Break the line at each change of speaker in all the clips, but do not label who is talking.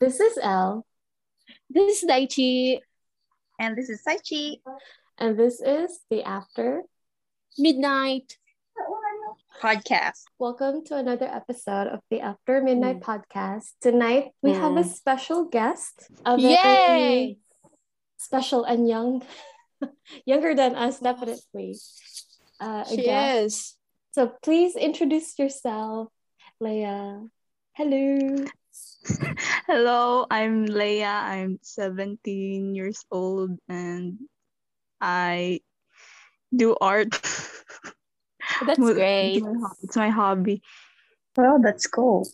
L. This is Daichi,
And this is Saichi.
and this is the After Midnight.
Podcast.
Welcome to another episode of the After Midnight
Mm.
podcast. Tonight we have a special guest, a very
Yay!
special and young, younger than us, definitely. Uh, a
She
guest.
is.
So please introduce yourself, Leia. Hello.
Hello, I'm Leia. I'm 17 years old and I do art.
That's
Well,
great.
It's my, ho- it's my hobby.
Well, Oh, that's cool.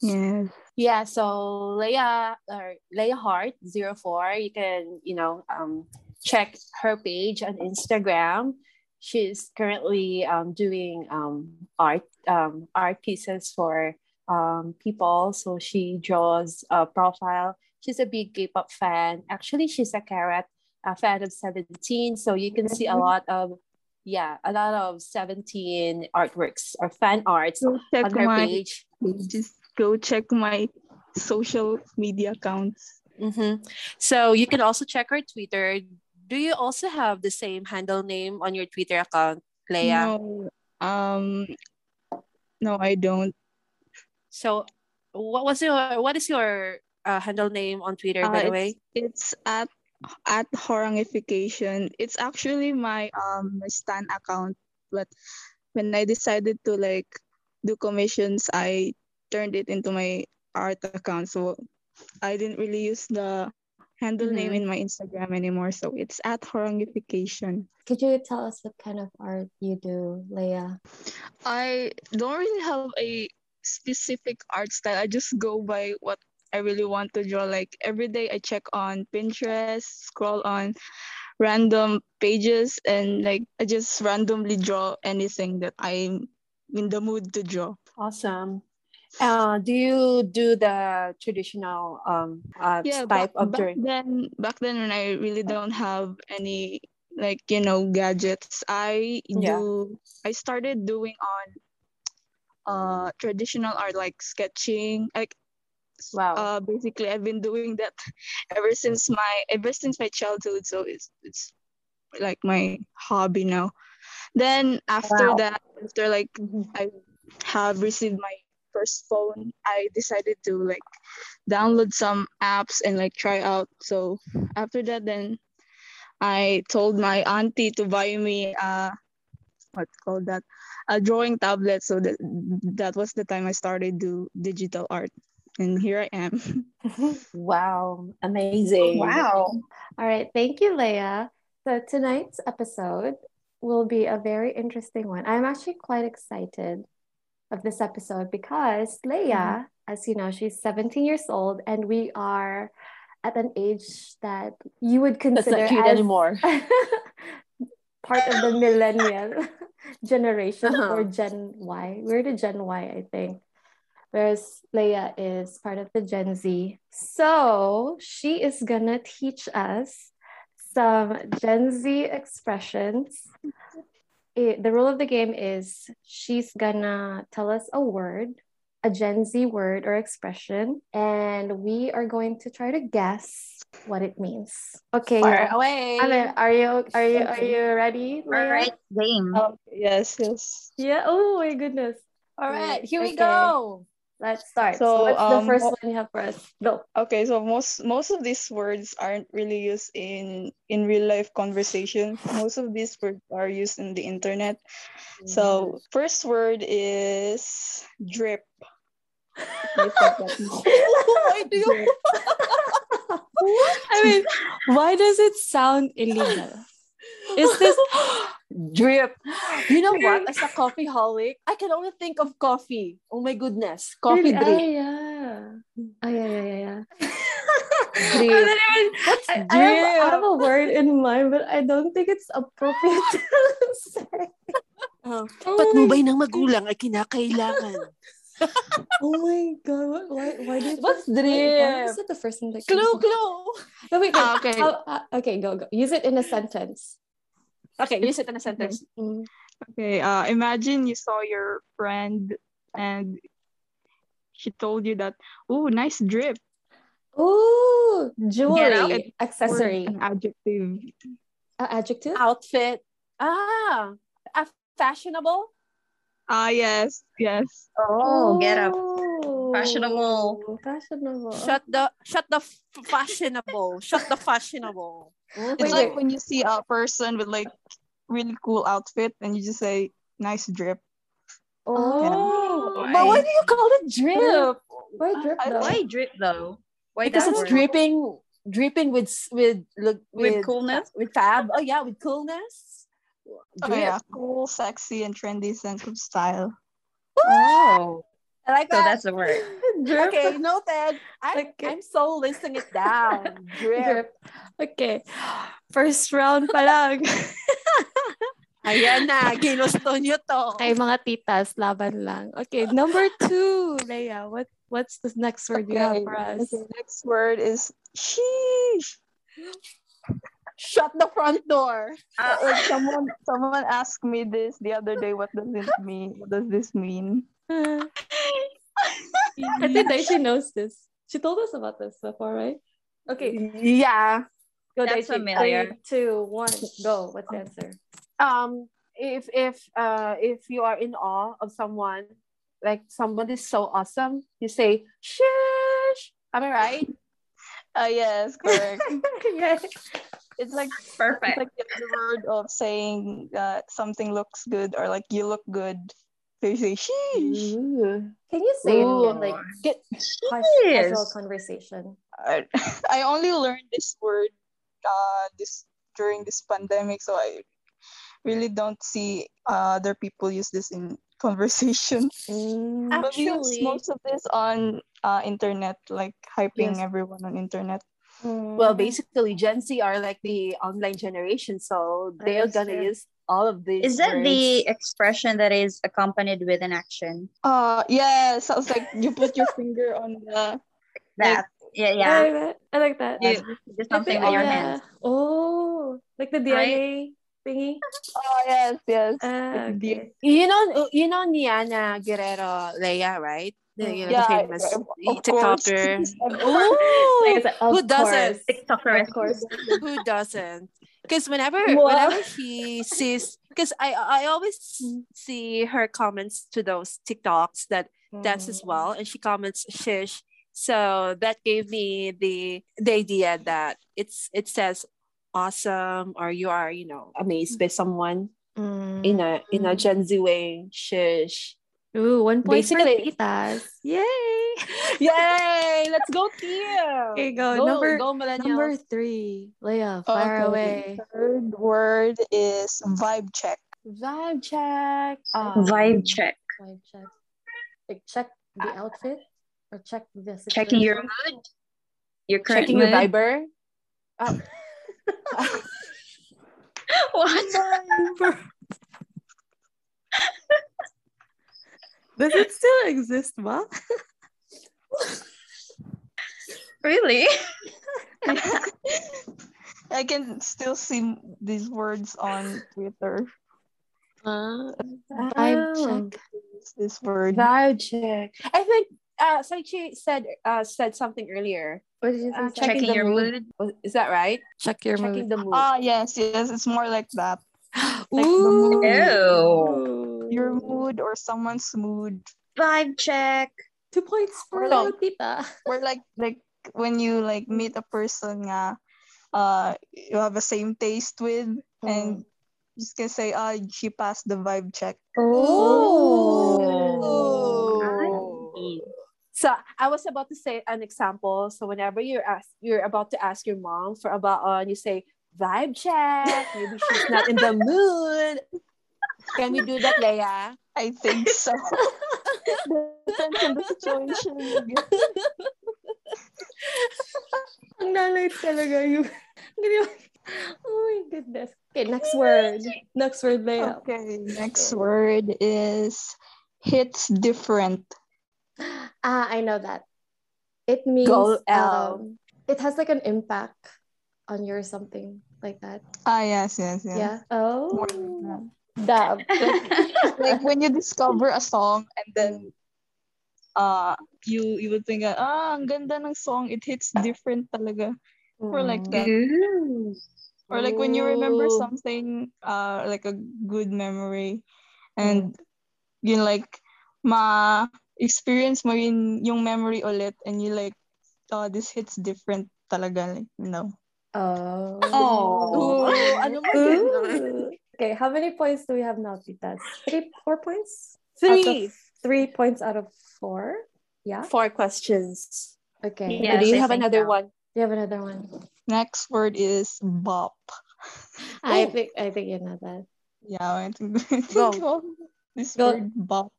Yes.
Yeah, so Leia or Leia Hart 04, you can, you know, um check her page on Instagram. She's currently um, doing um, art um, art pieces for um, people. So she draws a profile. She's a big K-pop fan. Actually, she's a carrot a fan of 17. So you can see a lot of yeah, a lot of 17 artworks or fan arts
Go check
on her
my
page.
just go check my social media accounts.
Mm-hmm. So you can also check her Twitter. Do you also have the same handle name on your Twitter account, Leia?
No, um no, I don't.
So what was your what is your uh, handle name on Twitter
Uh,
by the
it's-
way?
It's at at horangification. It's actually my um my stan account, but when I decided to like do commissions, I turned it into my art account. So I didn't really use the handle name
Mm-hmm.
in my Instagram anymore. So it's at horangification.
Could you tell us what kind of art you do, Leia?
I don't really have a specific art style. I just go by what I really want to draw. Like every day, I check on Pinterest, scroll on random pages, and like I just randomly draw anything that I'm in the mood to draw.
Awesome. Uh, do you do the traditional um uh, type
back,
of
back
drawing?
then, back then when I really don't have any like you know gadgets, I
Yeah.
do. I started doing on uh traditional art like sketching. Like
Wow.
uh basically I've been doing that ever since my ever since my childhood. So it's it's like my hobby now. Then after
Wow.
that, after like
Mhm.
have received my first phone, I decided to like download some apps and like try out. So after that, then I told my auntie to buy me a what called that a drawing tablet. So that that was the time I started do digital art, and here I am.
Wow. Amazing.
Wow.
All right, thank you, Leia. So tonight's episode will be a very interesting one. I'm actually quite excited of this episode because Leia,
Mm-hmm.
as you know, she's 17 years old, and we are at an age that you would
That's
consider
not cute
as
anymore.
part of the millennial generation
Uh-huh.
or Gen Y. We're the Gen Y, I think. Whereas Leia is part of the Gen Z. So she is gonna teach us some Gen Z expressions. It- the rule of the game is she's gonna tell us a word, a Gen Z word or expression, and we are going to try to guess what it means. Okay.
Far away.
I mean, are you are you are
Okay.
you ready?
All
Leia?
right. Game.
Oh.
Yes, yes.
Yeah. Oh my goodness.
All right, here we
Okay.
go.
Let's start. So, oh.
So,
what's the
um,
first
what-
one you have for us? Go.
Okay, so most most of these words aren't really used in in real life conversation. Most of these words are used in the internet. So first word is drip. You think
Oh
that-
Why do you
drip.
I mean, why does it sound illegal? Is this
drip? You know what? As a coffee holic, I can only think of coffee. Oh my goodness, coffee
Really? Oh
drip.
yeah. Oh yeah, yeah, yeah, yeah.
Drip.
I don't even-
I, I have, I
Drip.
have a word in mind, but I don't think it's appropriate to say.
Oh,
Oh my,
Patnubay ng magulang ay kinakailangan.
oh my god! What, why? Why did?
What's
Wait, why
drip?
was it the first thing that? came
Clue,
to-
clue.
No, wait, wait.
Ah, okay.
How- uh, okay, go, go. Use it in a sentence.
Okay, use it in a sentence.
Mm.
Okay, uh, imagine you saw your friend and she told you that, oh, nice drip.
Ooh,
out.
jewelry, accessory,
An adjective.
Uh, adjective.
outfit. Ah, a fashionable.
Ah, yes, yes.
Oh, get up.
Oh,
Fashionable.
Fashionable.
Oh. Shut the shut the f- fashionable. Shut the fashionable.
It's
Wait,
like
wait.
when you see a person with like really cool outfit and you just say, nice drip.
Oh,
Yeah.
But why do you call it drip?
why drip
I
though?
Why drip though? Why
Because
that
it's
word?
dripping, dripping with s- with look
With
with,
coolness?
with fab. Oh yeah, with coolness.
Oh, yeah. Cool, sexy, and trendy sense of style.
Oh,
I like
so
that.
that's the word.
Drip.
okay, noted. I'm,
Okay.
I'm so listing it down. Drip.
Drip. Okay. First round pa lang.
Ayan na, ginusto nyo to.
Ay, mga titas, laban lang. Okay, number two, Leia. What, what's the next word you have for us?
okay, Next word is sheesh.
Shut the front door.
Uh,
Like someone, someone asked me this the other day. What does it mean? What does this mean?
I think Daichi knows this. She told us about this before, right? Okay,
Yeah.
go Oh.
That's
Daichi.
familiar.
Three, two, one, go. What's the answer?
Um, if if uh if you are in awe of someone, like someone is so awesome, you say shush. Am I right?
Ah, yes, correct.
yes.
it's like it's
perfect.
like the other word of saying that something looks good or like you look good. So you say sheesh.
Ooh.
Can you say it
Ooh.
in like
Get-
hush, casual
Yes.
conversation?
I, I only learned this word uh this during this pandemic, so I really don't see uh, other people use this in conversation.
Mm.
But we use
Actually-
most of this on uh, internet, like hyping
Yes.
everyone on internet.
Mm.
well,
Mm-hmm.
basically, Gen Z are like the online generation, so
That
they're
is
gonna
true.
use all of these.
Is that
words.
the expression that is accompanied with an action?
Uh yeah, sounds like you put your finger on the
That. Yeah,
Yeah. I
yeah.
like that. I like that.
Yeah.
Just something with your hands.
Oh, like the DNA thingy.
Oh yes, yes.
Uh,
Ah,
Like
okay.
the-
You know, you know Niana Guerrero Leia, right? The, you know,
Yeah,
the famous
of- of course.
TikToker.
Ah, Like
Ooh,
it's a- of
who doesn't?
course.
TikToker.
Of course.
who doesn't? Because whenever
Whoa.
whenever she sees, because I I always
Mm.
see her comments to those TikToks that dance as well, and she comments shish. So that gave me the the idea that it's it says awesome or you are you know amazed by someone
Mm.
in a in a Gen Z way shish.
Ooh, one point for
Basically-
titas. Yay!
Yay! Let's go Tia.
Okay, go. Number-
go millennials.
Number three, Leia, far
Okay,
away.
Third word is vibe check.
vibe check. Um,
Vibe check.
Vibe check. Like check the outfit or check the situation.
Checking your mood. Your current
checking your
mood.
Viber.
What?
Does it still exist, ma?
Really?
I can still see these words on Twitter.
Vibe check.
Use This word.
Oh, Vibe check. I think uh, Saichi said uh, said something earlier.
What did you
Uh,
say?
Checking
the
your
mood.
mood.
Was- Is that right?
check your
Checking the mood.
Ah yes, yes. It's more like that.
Like the
Ooh.
Ew.
Ooh.
Your mood or someone's mood.
Vibe check.
Two points for
Or
little tita.
Or like like when you like meet a person nga, uh, you have the same taste with, and you just can say, ah, she passed the vibe check.
Oh.
Ooh. So I was about to say an example. So whenever you're ask, you're about to ask your mom for a baon, you say vibe check. Maybe she's not in the mood. Can we do that, Leia?
I think so. Depends on the situation.
Ang lalay talaga yung... Ganyan. Oh my goodness. Okay, next word. Next word, Leia.
Okay, next word is hits different.
Ah, I know that. It means
Go L.
um, it has like an impact on you or something like that.
Ah, yes, yes, yes.
Yeah.
More
Oh.
than
Dab.
like when you discover a song and then uh, you you would think that, ah, ang ganda ng song. It hits different talaga. Or like
Mm.
that.
Ooh.
Or like when you remember
Oh.
Ooh.
something, uh, like a good memory.
Mm.
And yun like, ma-experience mo yun, yung memory ulit. And you like, oh, this hits different talaga. Like, no.
Oh.
Oh.
Ooh, ano mo yun?
Ooh. Okay, how many points do we have now, titas? Three, four points? Out of
Three.
three points out of four? Yeah.
Four questions.
Okay.
Yes,
do you
I
have
think
another
so.
one?
Do you have another one?
Next word is bop.
I
Oh.
think I think you know that.
Yeah, I think, I think
Go.
of this
Go.
word bop.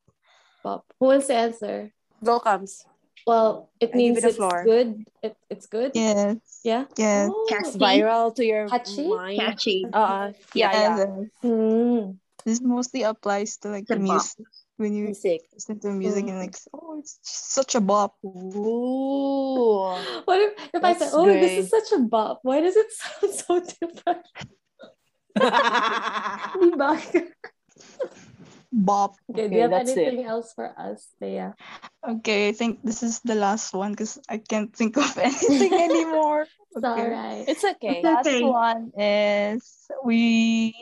Bob. Who wants to answer?
Go comes.
Well, it
I give
means
it a
it's
floor.
good. It, it's good.
Yes.
Yeah.
Yes.
Oh.
Cats.
Viral to your
Catchy?
mind.
Catchy.
Uh, yeah,
And
yeah.
uh,
Mm.
this mostly applies to like
The bop.
music. When you
Music.
listen to music and
Mm.
like, oh, it's just such a bop.
Ooh.
What if, if I said,
That's
oh, this
great.
is such a bop? Why does it sound so different? Diba?
Bop.
okay, do
Okay,
you have
that's it.
anything else for us, Thea?
Okay, I think this is the last one because I can't think of anything anymore.
It's all
Okay.
right.
It's okay.
Last
Okay.
one is we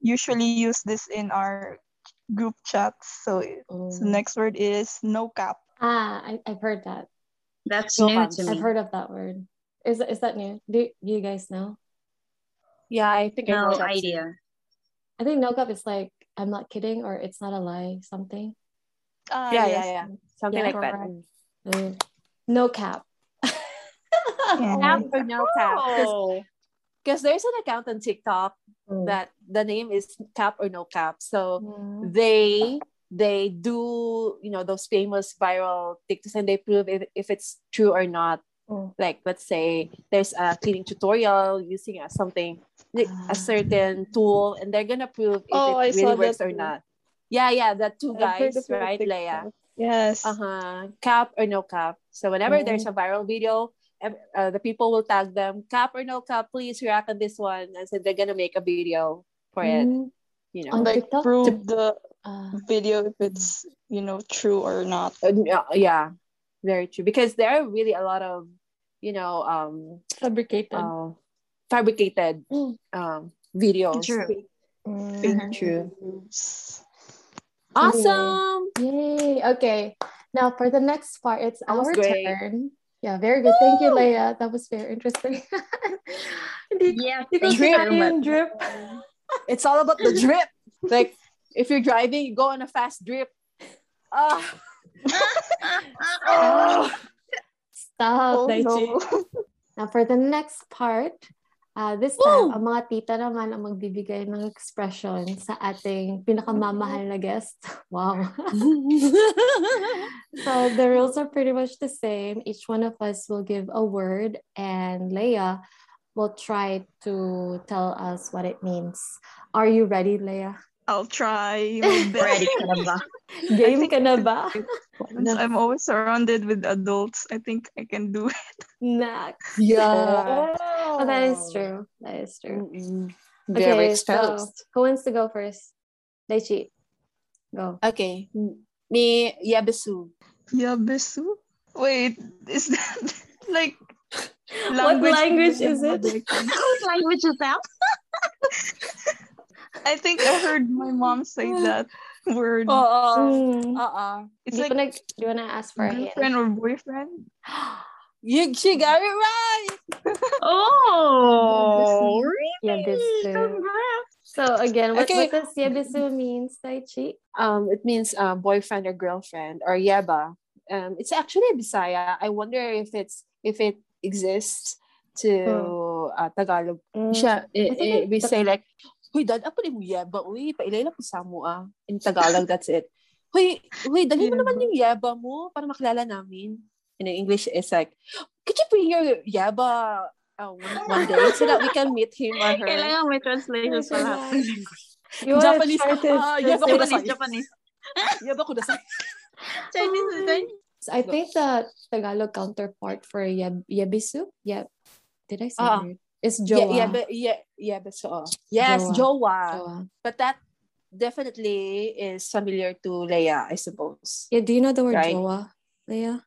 usually use this in our group chats. So, so
Mm.
next word is no cap.
Ah, I, I've heard that.
That's
Go
new
Cubs.
to me.
I've heard of that word. Is is that new? Do, do you guys know?
Yeah, I think I know
no
that too.
idea.
I think no cup is like I'm not kidding or it's not a lie something.
Ah,
Yeah,
yes.
yeah, yeah. Something
Yeah,
like that.
correct. Mm. No cap.
Yeah.
Oh,
Tap or no tap?
Oh.
Because there's an account on TikTok
Mm.
that the name is Cap or No Cap. So
Mm.
they they do you know those famous viral TikToks and they prove if, if it's true or not.
Mm.
Like let's say there's a cleaning tutorial using a, something like
Ah.
a certain tool and they're gonna prove if
Oh, I
it
saw
really
that
works or
too.
not. Yeah, yeah, the two
I've heard
guys,
of your
right, Leia?
TikTok. Yes.
uh-huh cap or no cap so whenever there's a viral video ev- uh, the people will tag them cap or no cap please react on this one and so they're gonna make a video for it
Mm.
you know
On
Like
TikTok?
prove the
Ah.
video if it's you know true or not.
And, uh, yeah very true because there are really a lot of you know um
fabricated.
uh, fabricated
Mm.
um videos
True.
Mm.
Fake
True.
news.
awesome
Yay. Okay. Now for the next part, it's
That
our
was great.
turn. Yeah, very good. Thank you, Leia. That was very interesting. Hindi
Yeah,
hindi ko
thank you so
sinali yung
much.
drip.
it's all about the drip like if you're driving you go on a fast drip Ah. oh.
Stop,
Oh,
Daichi.
no.
Now for the next part, uh, this time, ang mga tita naman ang magbibigay ng expression sa ating pinakamamahal na guest. Wow. so the rules are pretty much the same. Each one of us will give a word and Leia will try to tell us what it means. Are you ready, Leia?
I'll try my best.
Ready ka na ba?
Game
think
ka na ba?
Since I'm always surrounded with adults, I think I can do it.
Next.
yeah
Oh, that is true. That is true.
Mm-mm.
Okay,
Very
so
exposed.
who wants to go first? Daichi, go.
Okay. M- Me, Yabisu.
Yabesu? Wait, is that like
what language is it?
What language is that?
I think I heard my mom say that word.
Oo.
Mm.
Oo.
it's
do, you
like
wanna, do you wanna ask for a
girlfriend
hint?
or boyfriend.
You, she got it right.
Oh,
Yeah, this
really?
too.
Congrats.
So again, what,
Okay.
what does yabisu means, Daichi?
Um, it means um, boyfriend or girlfriend or yeba. Um, it's actually a Bisaya. I wonder if it's if it exists to uh, Tagalog.
Mm.
Siya, i-
I think
i-
it-
we say like, Huy, dad, apa mo yeba? Uy, pailay lang po sa mo ah. In Tagalog, that's it. Huy, huy, dali mo naman
Yeba.
yung yeba mo para makilala namin. In English, it's like, could you bring your yeba uh, one, one day so that we can meet him or her?
Kailangan may translations pa lahat.
You wanna
Japanese.
try to
Ah, yeah,
translate
but-
Japanese, Japanese.
Yeba ko sa
Chinese,
Oh.
Chinese.
So I think the Tagalog counterpart for yab- yabisu, yab, did I say
Ah.
weird? It's jowa.
Yeah, yeah, but yeah, yeah, but so. oh. Yes, jowa.
Jowa.
But that definitely is familiar to Leia, I suppose.
Yeah, do you know the word
Right.
jowa?
Leia?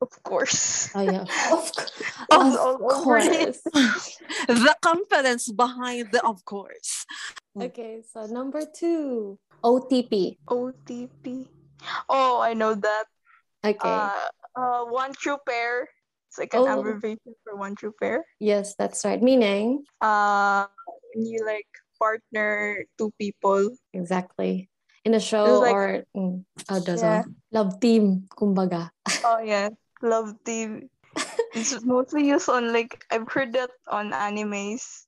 Of course.
Oh, yeah. Of,
Of
course.
the confidence behind the of course.
okay, so number two, OTP.
OTP. Oh, I know that.
Okay.
Uh, uh, one true pair. It's like an
Oh.
abbreviation for one true pair.
yes, that's right. Meaning,
Uh, when you like partner two people.
exactly. In a show
like-
or mm, oh, does
Yeah.
love team, kumbaga.
Oh yeah, love team. it's mostly used on like I've heard that on animes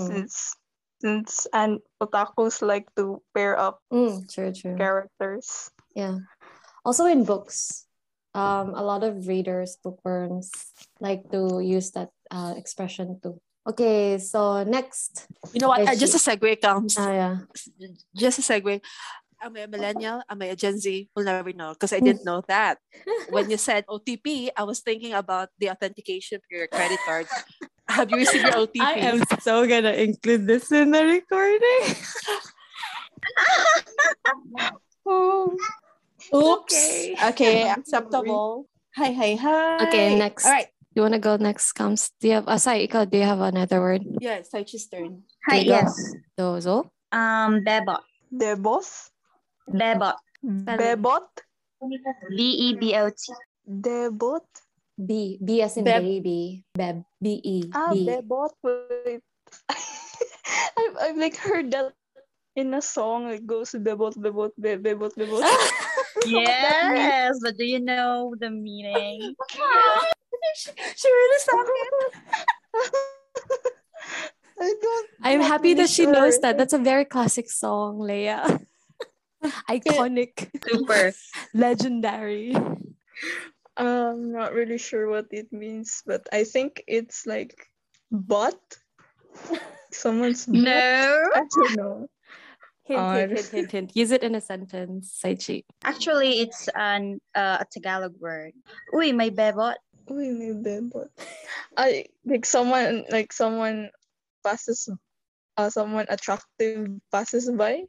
Mm,
since since and otakus like to pair up
mm, true,
Hmm.
true.
characters.
also in books um a lot of readers bookworms like to use that uh, expression too okay so next
You know what?
I
Uh, just a segue comes.
ah yeah
just a segue. Am I a millennial? Am I a Gen Z? We'll never know because I didn't know that. When you said OTP, I was thinking about the authentication for your credit card. Have you received your OTP?
I am so gonna include this in the recording.
Oh.
Oops.
Okay.
Okay, acceptable.
Hi, hi, hi.
okay next
All right.
you want to go next comes do you have oh, sorry ikaw, do you have another word
Yeah, it's Taichi's turn.
Hi,
There you go.
yes.
dozo
Um, bebot.
Debos,
Bebot. E
bebot,
B-E-B-O-T.
debot.
b b as in
Beb.
baby beb b e
Ah,
b
bebot. Wait. I've, I've like heard that in a song. It goes bebot, bebot, be- bebot, bebot.
Yes, but do you know the meaning?
She really sounded.
I don't.
i'm
not
happy
really
that she knows
sure.
that that's a very classic song leia iconic
Super.
legendary.
I'm Um, not really sure what it means, but I think it's like bot. Someone's butt.
No.
I don't know.
hint,
Odd.
hint, hint, hint, hint. use it in a sentence saichi
Actually, it's an uh, a Tagalog word. Uy, may bebot.
Uy, may bebot. I like someone like someone passes uh someone attractive passes by.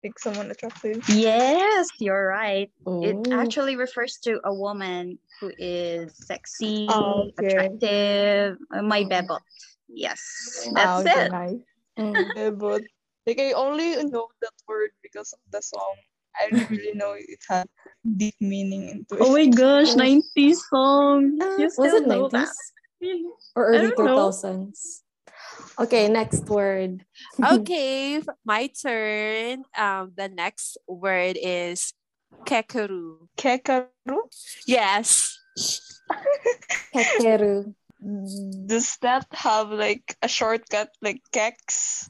Like someone attractive.
Yes, you're right. It
Oh.
actually refers to a woman who is sexy,
Oh, okay.
attractive. Uh, my bebot. Yes,
Ah,
that's
okay.
it.
Mm.
Bebot. Like I only know that word because of the song. I don't really know it had deep meaning into it.
Oh my gosh, 90s song. You
was it
still know that?
90s or early
I don't know.
2000s? Okay, next word.
Okay, f- my turn. Um, the next word is kekeru.
Kekaru?
Yes.
Kekeru.
Does that have like a shortcut like keks?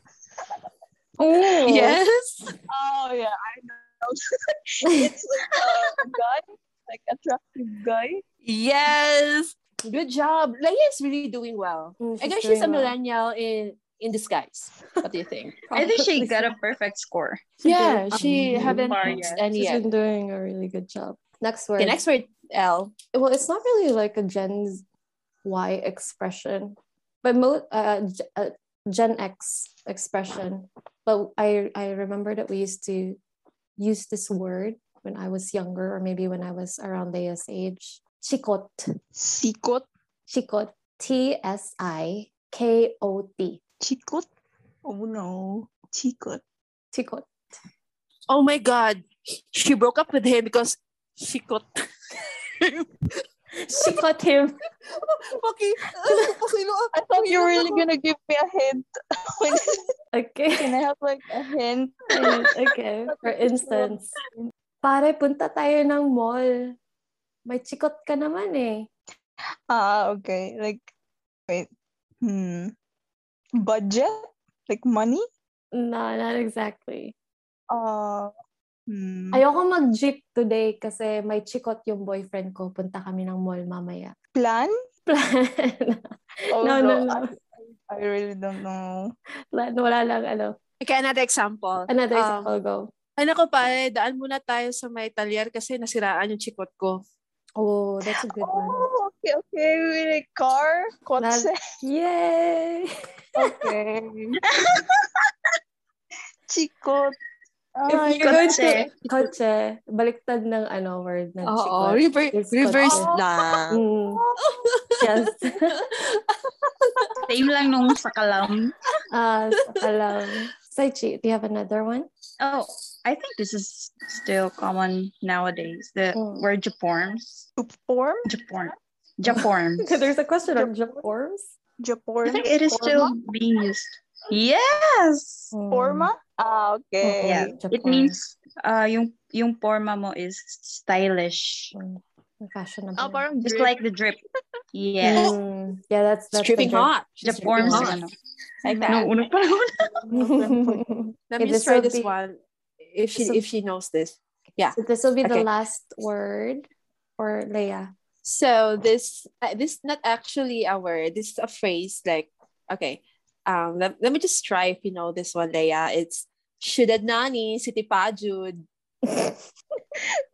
Oh,
Yes.
Oh yeah, I know. it's like a guy, like attractive guy.
Yes.
Good job. Leia is really doing well.
Mm,
I guess
doing
she's a
well.
millennial in in disguise. What do you think?
I think she got a perfect score.
yeah, she
um,
haven't
far
mixed
yet.
any
She's
yet.
been doing a really good job. Next word.
Okay, next word L.
Well, it's not really like a Gen Y expression, but mo- uh, G- uh, Gen X expression. But I I remember that we used to use this word when I was younger, or maybe when I was around Leia's age. Chikot.
Sikot,
Chikot. T S I K O T.
chikot. Oh no, chikot.
Chikot.
Oh my God. She broke up with him because she got.
Chikot him.
okay.
I thought you were really gonna give me a hint. When- Can
Okay.
I have like a hint?
okay. For instance, pare, punta tayo ng mall. May chikot ka naman eh.
Ah, okay. Like, wait. Hmm. Budget? Like money?
No, not exactly.
Uh, hmm.
Ayoko mag-jeep today kasi may chikot yung boyfriend ko. Punta kami ng mall mamaya.
Plan?
Plan.
Oh,
no, no, no.
I, I really don't know.
Plan. Wala lang, ano.
Okay, another example.
Another
Um,
example, go.
Ay, nako pare, daan muna tayo sa may talyer kasi nasiraan yung chikot ko.
Oh, that's a good one.
Oh, okay, okay. With a car?
Love-
Kotse?
Yay!
Okay. Chikot.
Ay,
you're going
kotse.
Kotse. Baliktad ng ano word ng
Oo,
chikot. Oh.
rever-
Is
reverse
kotse.
lang.
Mm. Yes.
Same lang nung sa kalam.
Ah, alam. Saichi, do you have another one?
Oh, I think this is still common nowadays. The
Mm.
word Japorms.
Form?
Japorm. Japorms.
There's a question on job forms.
I
Japorm?
think it is still being used. Yes!
Oh,
Forma? Ah, okay.
Yeah. It means uh, yung, yung forma mo is stylish.
fashionable.
Ah, parang
Just
drip.
like the drip. Yes.
Mm. Yeah, that's that's the
Stripping
job.
hot.
Japorms.
Stripping
Ano.
Like that.
No, unang panahon.
Let
Yeah,
me
this
try
will
this
be-
one. If she
this will-
if she knows this.
So this will be the
Okay.
last word for Leia.
So this uh, this not actually a word. This is a phrase. Like okay, um, let, let me just try if you know this one, Leia. It's Shudad Nani City Pajud.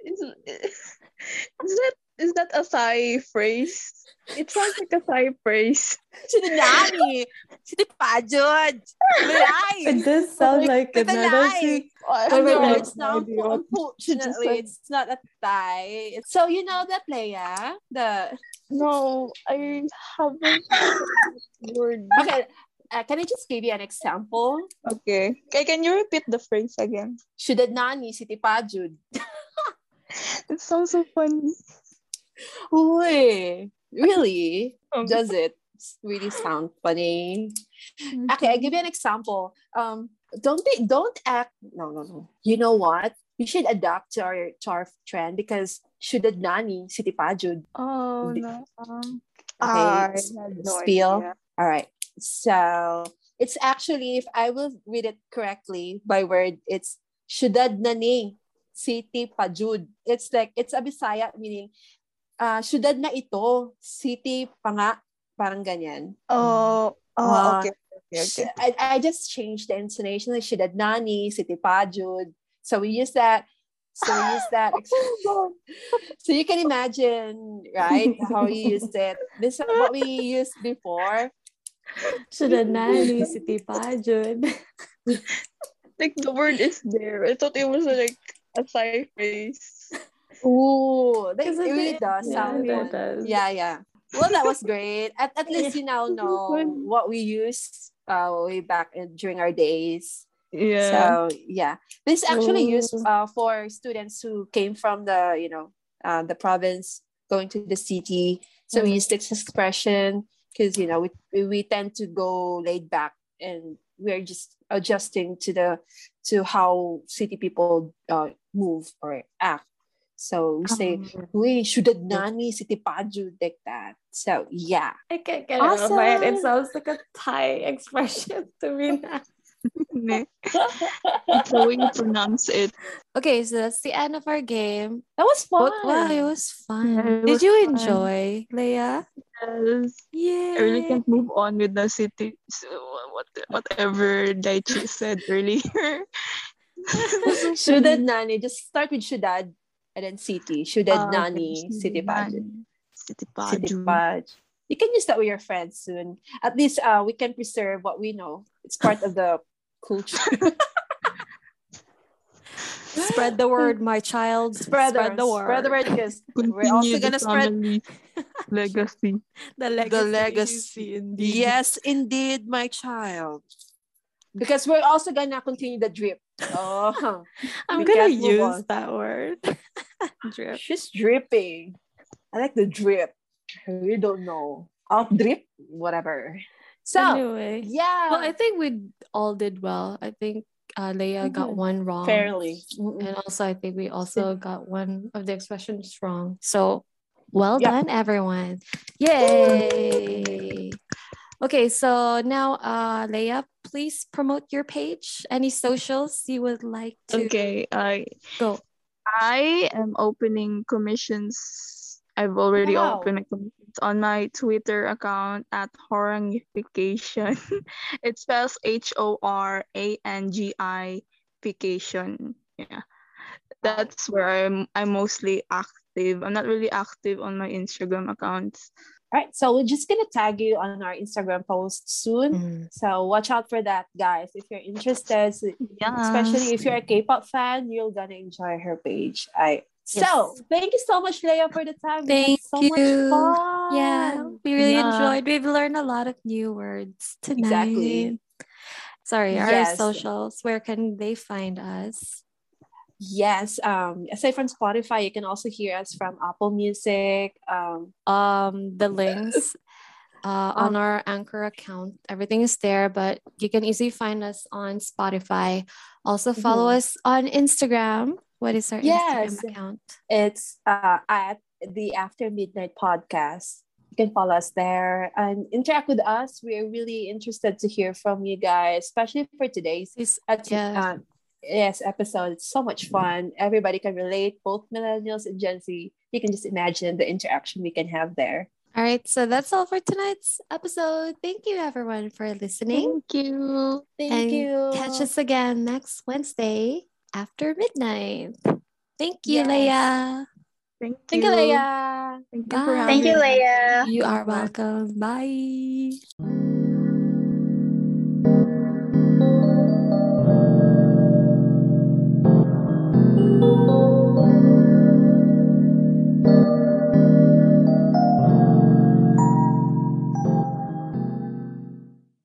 Is, is that is that a Thai phrase? It sounds like a Thai phrase.
Shudad Nani City Pajud. Malay.
It does sound like
With a
another
lie.
I
I
would
know,
like
it's not,
Just
unfortunately,
like-
it's not a Thai. So you know that Leia, the
No, I haven't. Word.
okay. Uh, can I just give you an example?
Okay. Okay, Can you repeat the phrase again?
Shudad Nani City Pajud.
It sounds so funny.
Uy, really?
Um,
Does it really sound funny? Okay, I'll give you an example. Um, don't be, don't act. No, no, no. You know what? We should adapt to our, to our trend because shudad nani city pajud.
Oh
Di-
no. Um,
Okay,
I had no
spiel.
idea.
All right. So it's actually, if I will read it correctly by word, it's Shudad Nani City Pajud. It's like, it's a Bisaya meaning, uh, Shudad na ito, City Panga, parang ganyan.
Oh,
Ah,
oh okay. okay,
Sh-
okay.
I, I just changed the intonation, like Shudad Nani City Pajud. So we use that. So we use that. so you can imagine, right, how you used it. This is what we used before.
Shoulda nani city pajud.
Like the word is there. I thought it was like a Thai phrase.
Ooh, that, it
Isn't
really
it?
does
Yeah,
sound
it
fun.
does.
Yeah, yeah. Well, that was great. At, at least you now know what we used uh, way back in, during our days.
Yeah.
So yeah, this is actually used
Ooh.
uh, for students who came from the you know uh, the province going to the city. So we use this expression because you know we, we we tend to go laid back and we're just adjusting to the to how city people uh, move or act. So we say we should nani city paju like that. So yeah.
I can't get it out of my head. It
Awesome.
sounds like a Thai expression to me now.
It's the way you pronounce it.
Okay, so that's the end of our game.
That was fun.
But wow, it was fun.
Yeah, it
Did
was
you
fun.
enjoy, Leia?
Yes.
Yeah.
I really can't move on with the city. So what, whatever Daichi said earlier.
Shudad Nani. Just start with Shudad and then City. Shudad
Ah, okay.
Nani, City Pageant. City
City Paju.
Page. You can use that with your friends soon. At least uh, we can preserve what we know. It's part of the culture.
Spread the word, my child.
Spread,
Spread the word.
Spread the word because
Continue
we're also
the
going to spread.
family legacy.
The legacy.
The legacy. Yes, indeed, my child.
Because we're also going to continue the drip. Oh,
I'm
We
gonna
can't move
use
on.
that word. Drip.
she's dripping. I like the drip. We don't know. Out drip? Whatever. So,
anyway.
yeah.
Well, I think we all did well. I think uh, Leia got
Mhm.
one wrong.
fairly. Mm-mm.
And also, I think we also got one of the expressions wrong. So, well
Yeah.
done, everyone. Yay. Okay, so now, uh, Leia, please promote your page. Any socials you would like to
Okay, I
go?
I am opening commissions. I've already
Wow.
opened my commissions on my Twitter account at Horangification. it spells H O R A N G I Fication. Yeah, that's where I'm. I'm mostly active. I'm not really active on my Instagram accounts,
All right, so we're just gonna tag you on our Instagram post soon.
Mm.
So watch out for that, guys. If you're interested, so- especially if you're a K-pop fan, you're gonna enjoy her page. I so thank you so much, Leia, for the time.
Thank
so much
you.
fun.
Yeah, we really
Yeah.
enjoyed. We've learned a lot of new words tonight.
Exactly.
Sorry, our
Yes.
socials. Where can they find us?
Yes. Um, aside from Spotify, you can also hear us from Apple Music. Um,
Um, the links uh, on our Anchor account. Everything is there, but you can easily find us on Spotify. Also, follow us on Instagram. What is our
Mm-hmm. Yes.
Instagram account?
it's uh, at the After Midnight podcast. You can follow us there and interact with us. We're really interested to hear from you guys, especially for today's
It's-
at-
yeah.
um, yes episode. It's so much fun. Everybody can relate, both millennials and Gen Z. You can just imagine the interaction we can have there.
All right, so that's all for tonight's episode. Thank you, everyone, for listening.
you.
Thank
and
you.
Catch us again next Wednesday after midnight. Thank you,
Yes.
Leia.
Thank you.
Thank you, Leia.
Thank you for
Bye.
having
Thank you,
me.
Leia.
You are welcome. Bye.
Bye.